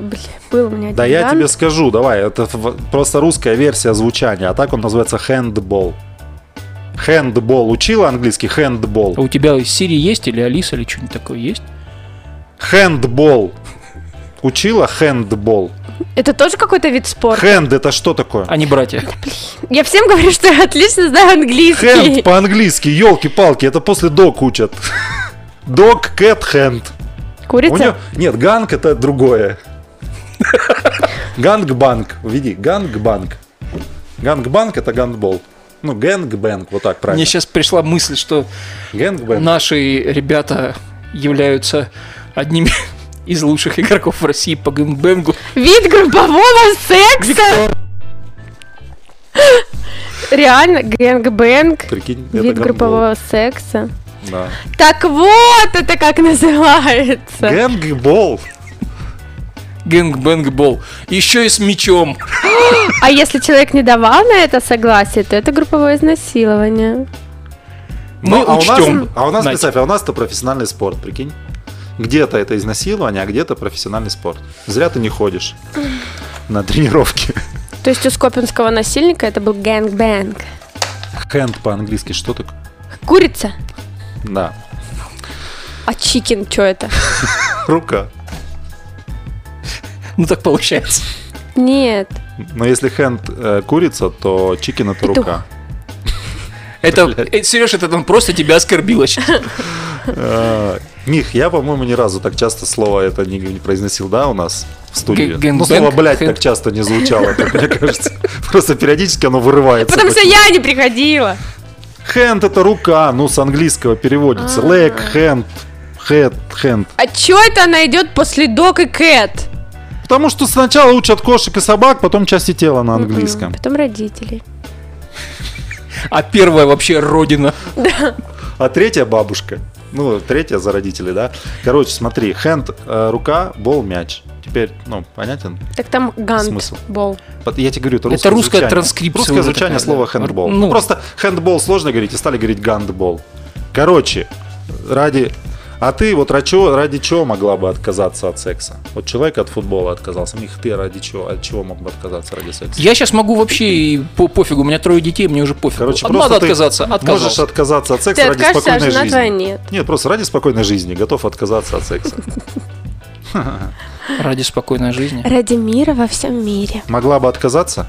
Блин, был у меня один
Да я
ганг.
тебе скажу, давай, это в- просто русская версия звучания, а так он называется хендбол. Хендбол. Учила английский? Хендбол.
А у тебя Сири есть или Алиса или что-нибудь такое есть?
Хендбол. Учила хендбол.
Это тоже какой-то вид спорта?
Хенд это что такое?
Они братья.
Я всем говорю, что я отлично знаю
Хенд
(laughs) английский.
по-английски, елки-палки, это после док учат. (laughs) Док, кэт, хенд. У неё-
Курица?
Нет, ганг это другое. Ганг-банк. Введи. Ганг-банк. Ганг-банк это гандбол. Ну, гэнг-бэнк, вот так правильно.
Мне сейчас пришла мысль, что
Гэнг-бэнк.
наши ребята являются одними (laughs) из лучших игроков в России по гэмбэнгу.
Вид группового секса? Реально, гэнг-бэнг.
Прикинь, это
Вид
гандбол.
группового секса.
Да.
Так вот, это как называется.
Гэнгбол.
Гэнг-бэнг-бол. Еще и с мечом.
А если человек не давал на это согласие, то это групповое изнасилование.
Мы
Ну, а, у нас,
учтем.
а у нас,
Надь.
представь, а у нас-то профессиональный спорт, прикинь. Где-то это изнасилование, а где-то профессиональный спорт. Зря ты не ходишь на тренировки.
То есть у скопинского насильника это был гэнг-бэнг.
Хэнд по-английски что такое?
Курица?
Да.
А чикен, что это?
Рука.
Ну
(laughs)
так получается.
Нет.
Но если хэнд э, курица, то чикен это
Петух.
рука.
Это, Сереж, это он просто тебя оскорбило сейчас.
Э, Мих, я, по-моему, ни разу так часто слово это не, не произносил, да, у нас в студии?
Гэ- гэнгбэнг,
ну, слово «блядь»
хэнд.
так часто не звучало, так, мне кажется. Просто периодически оно вырывается.
Потому что я не приходила.
Hand это рука, ну с английского переводится. Leg, hand, head, hand.
А чё это она идет после док и кэт?
Потому что сначала учат кошек и собак, потом части тела на английском.
Потом родители.
А первая вообще родина.
А третья бабушка. Ну, третья за родителей, да? Короче, смотри, hand э, рука, бол, мяч. Теперь, ну, понятен?
Так там
Смысл?
гандбол.
Вот Я тебе говорю, это русское
Это русская
звучание.
транскрипция
Русское
уже
звучание
такая,
слова
да.
хендбол.
Ну.
Ну, просто хендбол сложно говорить, и стали говорить гандбол. Короче, ради... А ты вот ради чего, ради чего могла бы отказаться от секса? Вот человек от футбола отказался. Мих, ты ради чего? От чего мог бы отказаться ради секса?
Я сейчас могу вообще и по пофигу, у меня трое детей, мне уже пофигу.
Короче,
От-
просто
надо
ты
отказаться,
можешь
отказался.
отказаться от секса
Ты
ради
откажешься, а
спокойной
жена
жизни.
твоя нет.
Нет, просто ради спокойной жизни готов отказаться от
(laughs)
секса.
Ради спокойной жизни.
Ради мира во всем мире.
Могла бы отказаться?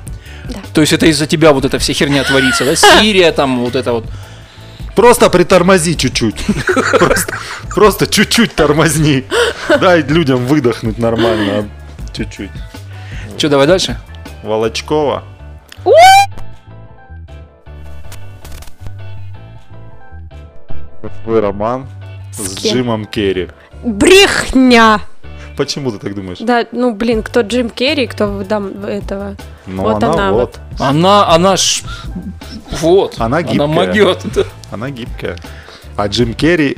То есть это из-за тебя вот эта вся херня творится, да? Сирия там вот это вот.
Просто притормози чуть-чуть. Просто- Просто чуть-чуть тормозни. Дай людям выдохнуть нормально. а Чуть-чуть.
Че, давай дальше?
Волочкова. Твой роман с
кем?
Джимом Керри.
Брехня!
Почему ты так думаешь?
Да, ну блин, кто Джим Керри, кто в дам этого.
Ну,
Вот
она,
она
вот.
Она, она ж... Вот.
Она гибкая.
могет.
Она гибкая. А Джим Керри...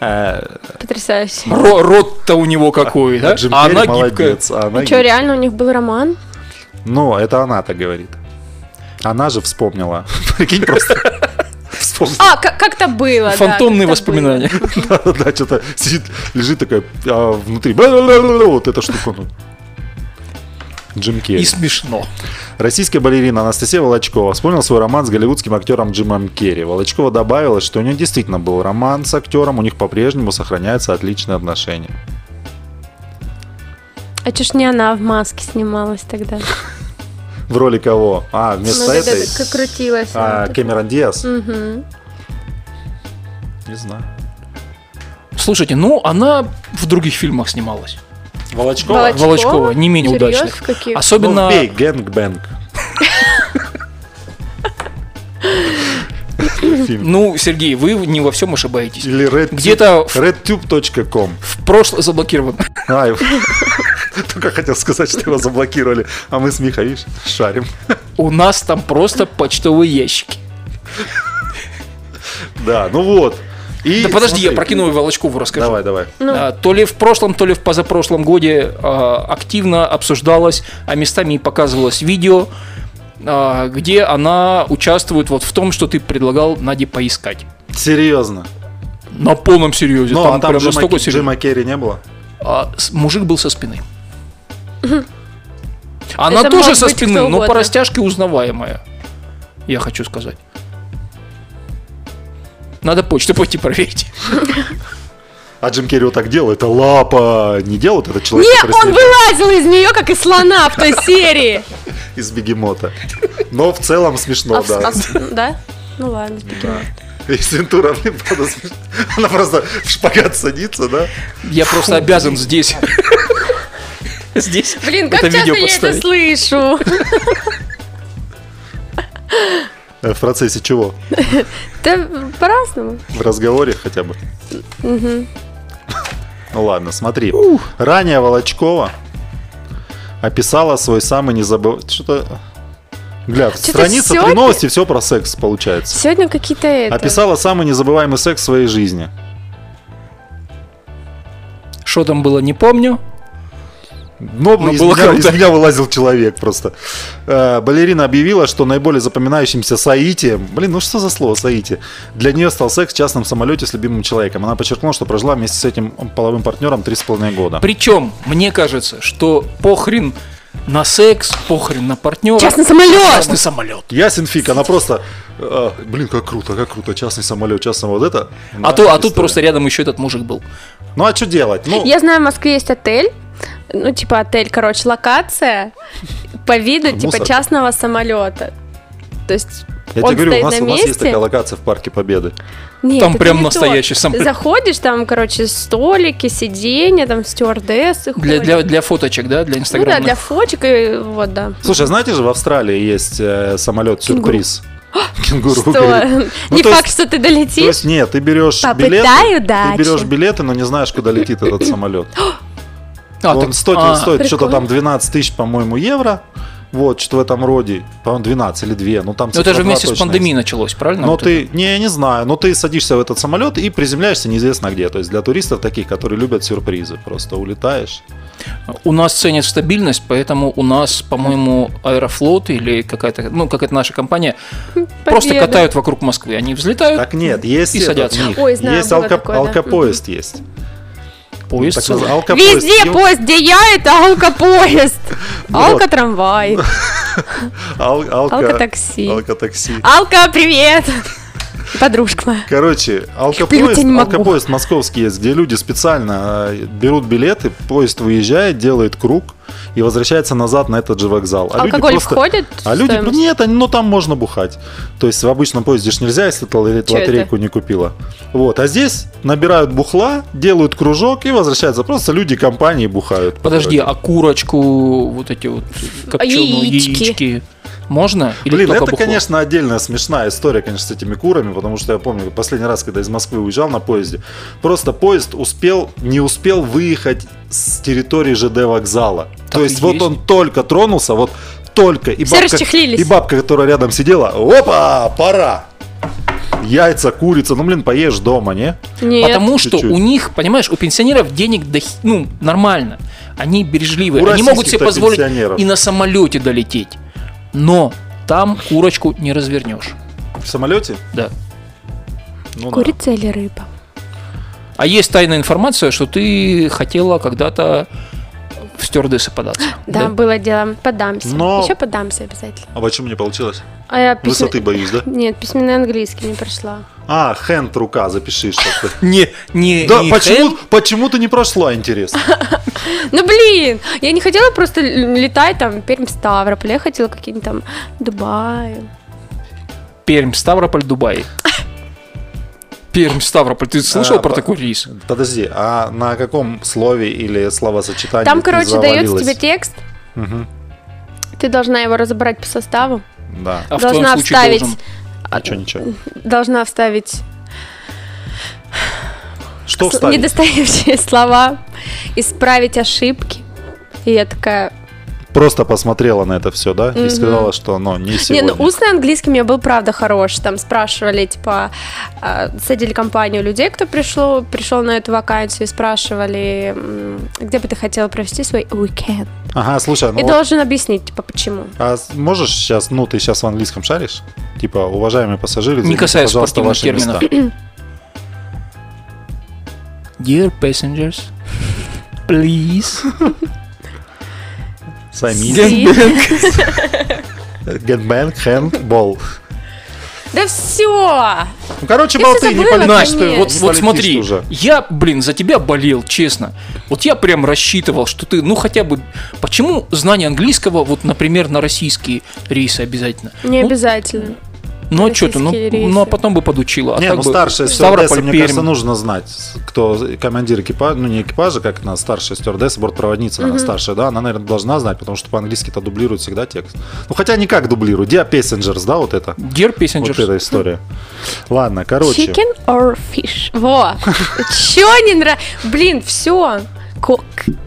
э,
Потрясающе.
Ро- Рот-то у него какой, да?
Джим
А
Керри
она гибкая.
молодец. а она
Че,
гибкая.
реально у них был роман?
Ну, это она так говорит. Она же вспомнила. (laughs) Прикинь, просто вспомнила.
А, как- как-то было. да,
Фантомные
как-то
воспоминания.
Да, что-то сидит, лежит такая а, внутри. бла-бла-бла-бла-бла, Вот эта штука. ну. Джим Керри.
И смешно.
Российская балерина Анастасия Волочкова вспомнила свой роман с голливудским актером Джимом Керри. Волочкова добавила, что у нее действительно был роман с актером, у них по-прежнему сохраняются отличные отношения.
было. А чё ж не она в маске снималась тогда?
в роли кого? А, вместо
Ну, вот
этой?
это как крутилось.
а,
вот это.
Кэмерон Диас?
Мгм.
Не знаю.
Слушайте, ну она в других фильмах снималась.
Волочкова?
Волочкова?
Волочкова, не менее
Серьёз?
удачных.
В каких?
Особенно...
Ну, бей, гэнг-бэнг. Фильм.
Ну, Сергей, вы не во всем ошибаетесь.
Или red-
Где-то в,
redtube.com.
в прошлое заблокирован.
А, и- Только хотел сказать, что его заблокировали, а мы с Михой, видишь, шарим.
У нас там просто почтовые ящики.
Да, ну вот. И
да подожди, я
смотри.
про кино и Волочкову расскажу.
Давай, давай.
А, То ли в прошлом, то ли в позапрошлом годе а, активно обсуждалось, а местами и показывалось видео, а, где она участвует вот в том, что ты предлагал Наде поискать.
Серьезно.
На полном серьезе.
Ну, а
там
там
прям
Джима,
настолько серьезно.
Джима Керри не было?
А, с- мужик был со спины. Она
Это
тоже
может
со
быть
спины,
кто
но по
угодно.
растяжке узнаваемая. Я хочу сказать. Надо почту пойти проверить.
А Джим Керри вот так делал, это лапа. Не делают это человек,
Не,
который
он
сидит
вылазил из нее, как из слона в той серии.
из бегемота. Но в целом смешно,
А в-
да.
а в- Да? Ну ладно.
И Сентура, блин, правда смешно. Она просто в шпагат садится, да?
Я просто обязан здесь. Здесь.
Блин, как
это
часто
видео
я это
подставить.
слышу?
Э, В процессе чего?
Да по-разному.
В разговоре хотя бы. Ну ладно, смотри. Ранее Волочкова описала свой самый незабываемый... Что-то... Гля, страница, три
сегодня-
новости, все про секс получается.
Сегодня какие-то это...
Описала самый незабываемый секс в своей жизни.
Что там было, не помню.
Но,
Но
из,
было
меня,
круто.
из меня вылазил человек просто. Э, балерина объявила, что наиболее запоминающимся соитием, блин, ну что за слово соитие, для нее стал секс в частном самолете с любимым человеком. Она подчеркнула, что прожила вместе с этим половым партнером 3,5 года.
Причем, мне кажется, что похрен на секс, похрен на партнера.
Частный самолет!
Частный самолет.
Ясен фиг, она просто, э, блин, как круто, как круто, частный самолет, частный вот это.
А,
Наша
то, а
история.
тут просто рядом еще этот мужик был.
Ну а что делать? Ну,
Я знаю, в Москве есть отель. Ну, типа отель, короче, локация по виду,
Мусорка.
типа частного самолета. То есть
я
он
тебе говорю, у
стоит
нас,
на
у нас есть
месте.
такая локация в Парке Победы.
Нет,
Там
это
прям
не
настоящий
то.
самолет.
Заходишь, там, короче, столики, сиденья, там стюардессы.
Для,
ходят.
для, для фоточек, да, для
Ну
инстаграма.
да, для фочек и вот, да.
Слушай, а знаете же, в Австралии есть самолет-сюрприз. Кенгуру.
Что? (laughs)
говорит. Ну,
Не
то
факт,
есть-
что ты
То есть
долетишь.
нет, ты берешь
Попытай
билеты,
удачи.
ты берешь билеты, но не знаешь, куда летит
(laughs)
этот самолет.
А,
Он
так-
100
а,
стоит что-то там
прикольно.
12 тысяч, по-моему, евро. Вот, что-то в этом роде. По-моему, 12 или 2. Ну, там
Ну это
цифра два
же вместе с
точно
пандемией
есть.
началось, правильно?
Но
Вот это.
Ну, ты, не, я не знаю, но ты садишься в этот самолет и приземляешься неизвестно где. То есть для туристов таких, которые любят сюрпризы, просто улетаешь.
У нас ценят стабильность, поэтому у нас, по-моему, Аэрофлот или какая-то, ну какая-то наша компания просто
Победа.
катают вокруг Москвы. Они взлетают,
Так нет, есть
И
этот
садятся.
у них.
Ой, знаю,
есть
было
алко-
такое, да.
алкопоезд есть.
поезд
Так
целый.
называемый алкопоезд.
Везде
Его-
поезд, где я, это алкопоезд.
Ну Вот. Ну,
Алкотрамвай.
ал- алко-
Алкотакси.
Алкотакси.
Алка, привет! Подружка моя.
Короче,
Блин,
алкопоезд,
я не могу.
алкопоезд московский есть, где люди специально э, берут билеты, поезд выезжает, делает круг и возвращается назад на этот же вокзал. А люди
Алкоголь
просто-
входит
А
в
люди,
стоимость?
нет, они, ну там можно бухать. То есть в обычном поезде ж нельзя, если ты ло-
Чё
лотерейку не купила. Вот, а здесь набирают бухла, делают кружок и возвращаются. Просто люди компании бухают.
Подожди,
Вроде.
а курочку, вот эти вот копченые
яички.
яички. можно? Или
Блин,
только
это,
бухло?
конечно, отдельная смешная история, конечно, с этими курами, потому что я помню, последний раз, когда из Москвы уезжал на поезде, просто поезд успел, не успел выехать с территории ЖД вокзала. То
и
есть, вот
есть.
он только тронулся, вот только. И
Все расчехлились.
и бабка, которая рядом сидела, опа, пора. Яйца, курица, ну, блин, поешь дома, не?
Нет.
Потому что
Чуть-чуть.
у них, понимаешь, у пенсионеров денег до хи- ну, нормально. Они бережливые.
У
Они могут себе
российских-то
позволить
пенсионеров.
и на самолете долететь. Но там курочку не развернешь.
В самолете?
Да.
Ну, да.
Курица или рыба?
А есть тайная информация, что ты хотела когда-то в стюардессы податься.
Да, было дело. Подамся.
Но-
Еще подамся обязательно.
А почему не получилось?
А я письме-
Высоты боюсь,
(laughs)
да?
Нет, письменный английский не прошла.
А, хенд рука, запиши что-то.
Не, не,
Да,
не
почему,
хэн.
почему ты не прошла, интересно?
Ну блин, я не хотела просто л- летать там Пермь Ставрополь, я хотела какие-нибудь там Дубай.
Пермь, Ставрополь, Дубай. Пермь, Ставрополь. Ты слышал
А,
про
по-
такой рейс?
Подожди, а на каком слове или словосочетании
Там,
ты
короче, дается
завалилась?
тебе текст,
Мгм,
ты должна его разобрать по составу,
Да.
А в твоем
должна
случае
вставить,
должен.
Ничего, ничего.
должна вставить
Что
с-
вставить?
недостающие (laughs) слова, исправить ошибки. И я такая,
Просто посмотрела на это все, да? И
Мгм.
сказала, что, ну, не
не,
сегодня.
ну устный английский у меня был правда хорош. Там спрашивали, типа, а, садили компанию людей, кто пришел, пришел на эту вакансию, и спрашивали, м, где бы ты хотела провести свой уикенд.
Ага, слушай, ну
И
вот,
должен объяснить, типа, почему.
а с- можешь сейчас, ну, ты сейчас в английском шаришь? Типа, уважаемые пассажиры,
Не
займите,
касаясь
пожалуйста, ваши
спортивных терминов.
места.
Dear passengers, please.
Сами.
Гэнбэнг.
Гэнбэнг, хэнд, бол.
Да все!
Ну, короче,
Я
болты
всё
не
забыла,
полетишь
Настя,
ты,
конечно.
вот, вот
полетишь
смотри,
ты уже.
я, блин, за тебя болел, честно. Вот я прям рассчитывал, что ты, ну хотя бы, почему знание английского, вот, например, на российские рейсы обязательно?
Не
Ну,
обязательно.
Ну а что ты, ну,
Российские рейсы.
ну а потом бы подучила. а
Не,
так
ну
бы
старшая
Ставрополь,
стюардесса, мне
Пермь.
кажется, ну, нужно знать, кто командир экипажа, ну не экипажа, как она, старшая стюардесса, бортпроводница, она старшая, да, она, наверное, должна знать, потому что по-английски-то дублирует всегда текст. Ну хотя никак дублирует, Dia Passengers, да, вот это,
Dear passengers.
вот эта история. Ладно, короче.
Chicken or fish? Во! Чё не нравится? Блин, все.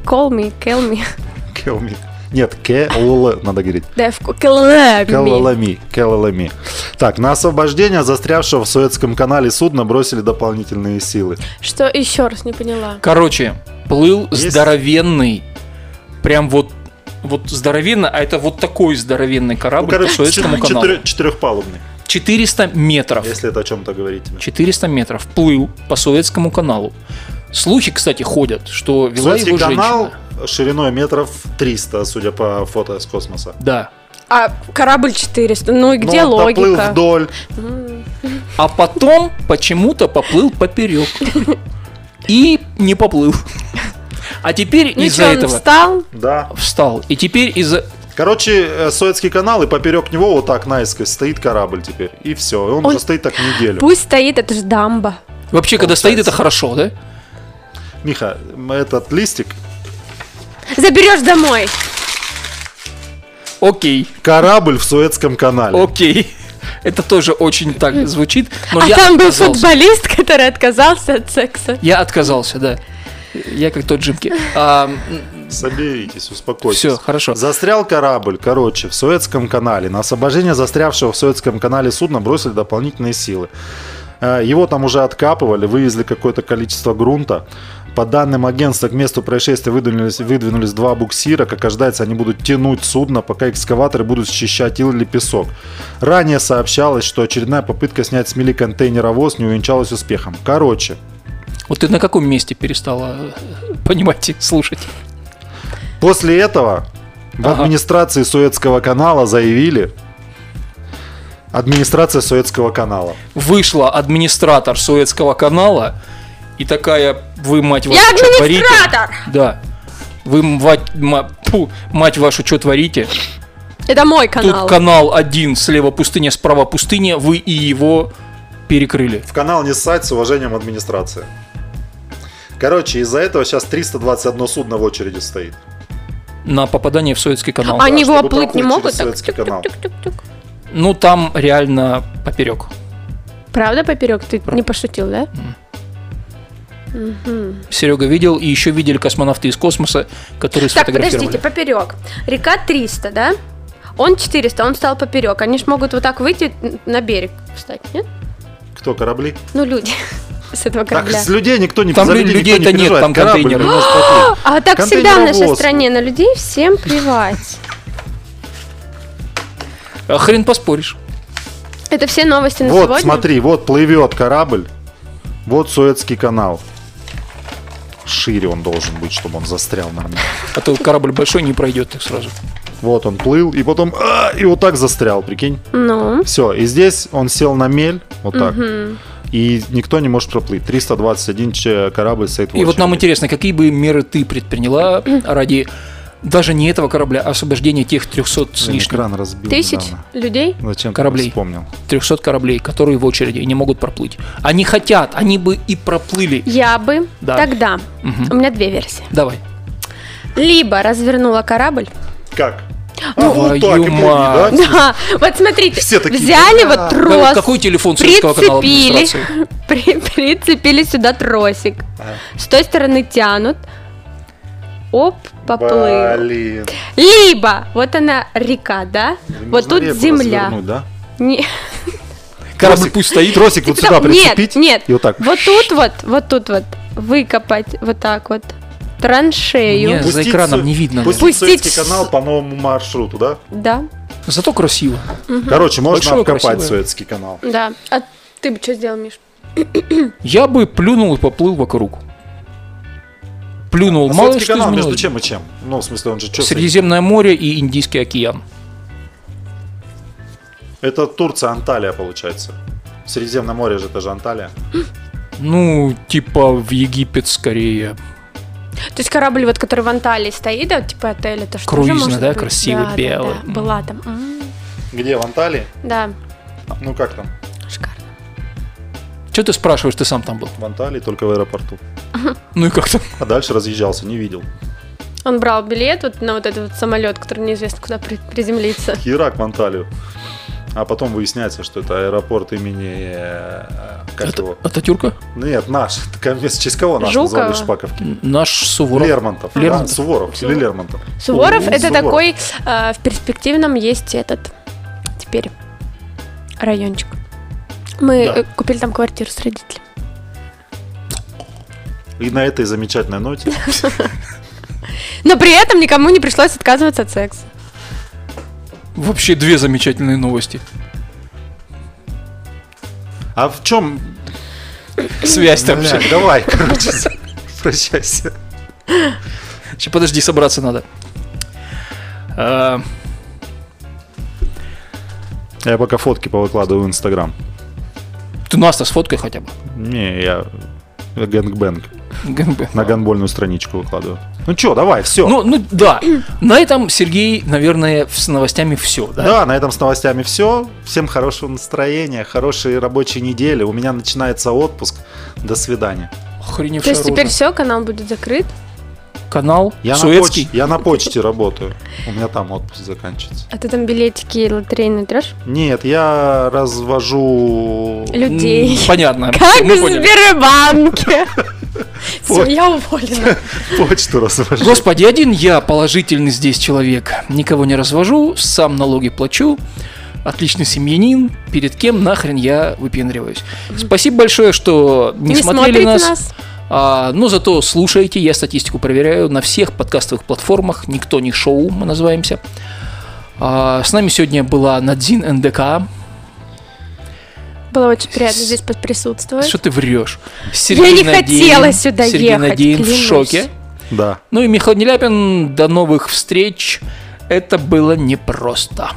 Call me, kill me. (laughs)
Kill me. Нет, KLL надо говорить.
Да, в- kill me.
Келлами, келлами. Так, на освобождение застрявшего в Суэцком канале судна бросили дополнительные силы.
Что еще раз не поняла?
Короче, плыл
Есть?
здоровенный, прям вот вот здоровенно, а это вот такой здоровенный
Ну,
корабль
короче,
по Суэцкому
четыре-
каналу.
четыре- четырехпалубный,
400 метров.
если это о чем-то говорит тебе.
400 метров плыл по Суэцкому каналу. Слухи, кстати, ходят, что вела
Суэцкий
его женщина.
канал шириной метров 300, судя по фото с космоса.
Да.
А корабль 400. Ну и
Но
где
он поплыл
логика?
вдоль.
А потом почему-то поплыл
(laughs)
поперек. И не поплыл. А теперь
Ну
из-за
чё, он
этого
встал?
Да.
встал. И теперь из-за...
Короче, э, Суэцкий канал, и поперек него вот так наискось стоит корабль теперь. И все. Он,
Он-
уже стоит так неделю.
Пусть стоит, это же дамба.
Вообще, когда стоит, это
Получается.
хорошо, да?
Миха, м, этот листик.
Заберешь домой.
Окей,
Корабль в Суэцком канале.
окей. (laughs) Это тоже очень так звучит. Но
А
Ну, я
там был
отказался.
футболист, (laughs) который отказался от секса.
Я отказался, да. Я как тот Джимки. А,
Соберитесь, успокойтесь.
Всё, хорошо.
Застрял корабль, короче, в Суэцком канале. На освобождение застрявшего в Суэцком канале судна бросили дополнительные силы. Э, Его там уже откапывали, вывезли какое-то количество грунта. По данным агентства, к месту происшествия выдвинулись, выдвинулись два буксира. Как ожидается, они будут тянуть судно, пока экскаваторы будут счищать ил или песок. Ранее сообщалось, что очередная попытка снять с мели контейнеровоз не увенчалась успехом. Короче,
вот ты на каком месте перестала э, понимать и слушать?
После этого в
Ага.
администрации Суэцкого канала заявили... Администрация Суэцкого канала.
Вышла администратор Суэцкого канала и такая, вы, мать вашу,
Я
чё творите?
администратор!
Да. Вы, мать, ма- тьфу, мать вашу, что творите?
Это мой
Тут
канал.
канал один, слева пустыня, справа пустыня, вы и его перекрыли.
В канал не ссать, с уважением администрация. Короче, из-за этого сейчас 321 судно в очереди стоит.
На попадание в Суэцкий канал.
Они его
чтобы
оплыть не
проплыть
могут?
через
Так,
Суэцкий канал.
тук-тук-тук-тук.
Ну, там реально поперек.
Правда, поперек? Ты не пошутил, да?
Серега видел, и еще видели космонавты из космоса, которые
Так,
сфотографировали.
подождите, поперек. Река 300, да? Он 400, он стал поперек. Они ж могут вот так выйти на берег, встать, нет?
Кто, корабли?
Ну, люди (laughs) с этого
Так,
корабля.
с людей никто не
Там
за
лю-
людей
людей-то
никто не
нет,
переживает.
там
Корабль
контейнеры.
не может поплыть.
А так всегда в нашей
контейнеровоз.
стране на людей всем плевать.
А Хрен поспоришь.
Это все новости на
Вот,
сегодня.
смотри, вот плывет корабль. Вот Суэцкий канал. шире он должен быть, чтобы он застрял нормально.
А то корабль большой не пройдет так сразу.
Вот он плыл, и потом а, и вот так застрял, прикинь.
Ну,
Все, и здесь он сел на мель, вот так. И никто не может проплыть. 321 че- корабль стоит в
И вот нам
очереди.
интересно, какие бы меры ты предприняла (clears throat) ради даже не этого корабля, а освобождения тех 300 с
Блин,
лишним,
экран разбил.
тысяч
недавно.
людей?
Зачем
кораблей.
ты вспомнил?
300 кораблей, которые в очереди и не могут проплыть. Они хотят, они бы и проплыли.
Я бы.
Да.
Тогда.
Мгм.
У меня две версии.
Давай.
Либо развернула корабль. (laughs)
Как?
Ну, твою
А, и плыви,
мать.
Да, вот смотрите,
Все такие,
взяли
«Да».
вот трос,
Да, Какой
Ну,
телефон Сельского канала
прицепили,
администрации?
(laughs) при- прицепили сюда тросик, с той стороны тянут, оп, поплыл.
Блин.
Либо, вот она река, да, вот
Нужно
тут
реку
земля.
развернуть, да?
Не-
Корабль
Тросик-
пусть стоит.
Тросик вот
Типа
сюда
того,
прицепить.
Нет, нет,
И вот так.
вот тут вот, вот тут вот, выкопать вот так вот траншею,
Нет. За экраном не видно,
Пустить,
наверное.
Советский
Пустить с-
канал по новому маршруту, да?
да,
Зато красиво.
Короче, можно
Большое,
обкопать
красивое.
Советский канал.
да. А ты бы что сделал, Миш?
Я бы плюнул и поплыл вокруг. Плюнул,
А
мало
Советский
что
канал между
изменилось.
чем и чем? Ну, в смысле, он же что?
Средиземное море и Индийский океан.
Это Турция, Анталия, получается. Средиземное море же, это же Анталия.
Ну, типа в Египет скорее.
То есть корабль, вот который в Анталии стоит, да, вот типа отель, это что
Круизный, да, красивый, белый. М.
была там. М,
Где, в Анталии?
Да,
Ну, как там?
шикарно.
Че ты спрашиваешь, ты сам там был?
В Анталии, только в аэропорту.
Ну и как там?
А дальше разъезжался, не видел.
Он брал билет вот на вот этот вот самолет, который неизвестно куда при- приземлится.
Херак в Анталию. А потом выясняется, что это аэропорт имени... э, Как его?
Ататюрка?
Нет, наш. Так, В честь кого нас
Жукова?
назвали Шпаковки?
Наш Суворов.
Лермонтов.
Лермонтов.
Да, Суворов. Или Лермонтов.
Суворов
О,
ну,
это
Суворов.
такой э, в перспективном есть этот теперь райончик. Мы
Да.
э, купили там квартиру с родителями.
И на этой замечательной ноте
Но при этом никому не пришлось отказываться от секса.
Вообще две замечательные новости.
А в чем?
Связь там
(laughs)
вообще.
давай, короче, прощайся.
Ща, подожди, собраться надо. А,
Я пока фотки повыкладываю в Инстаграм.
Ты нас-то сфоткай хотя бы.
Не, я гэнгбэнг
ГМБ.
на гонбольную страничку выкладываю. Ну чё, давай, все.
Ну, ну да. На этом, Сергей, наверное, с новостями все, да?
да, на этом с новостями все. Всем хорошего настроения, хорошей рабочей недели. У меня начинается отпуск. До свидания.
Охреневшая
То есть
рожа.
теперь все, канал будет закрыт.
канал
Я на,
Суэцкий.
поч- я на почте работаю. У меня там отпуск заканчивается.
А ты там билетики лотерейные трешь?
Нет, я развожу...
Людей.
М, Понятно.
Как
Мы
в
поняли. (laughs)
Сбербанке. Все,
Вот.
я уволена.
(laughs) Почту развожу.
Господи, один я положительный здесь человек. Никого не развожу, сам налоги плачу. Отличный семьянин, перед кем нахрен я выпендриваюсь. Спасибо большое, что не,
Не
смотрели
смотрите
нас.
нас.
А, но зато слушайте, я статистику проверяю на всех подкастовых платформах. Никто не шоу, мы называемся. А, с нами сегодня была Надзин НДК.
Было очень приятно здесь присутствовать.
Что ты врешь?
Я не хотела сюда
Сергей
ехать,
Надеин в
клянусь.
шоке.
Да.
Ну и Михаил Неляпин, до новых встреч. Это было непросто.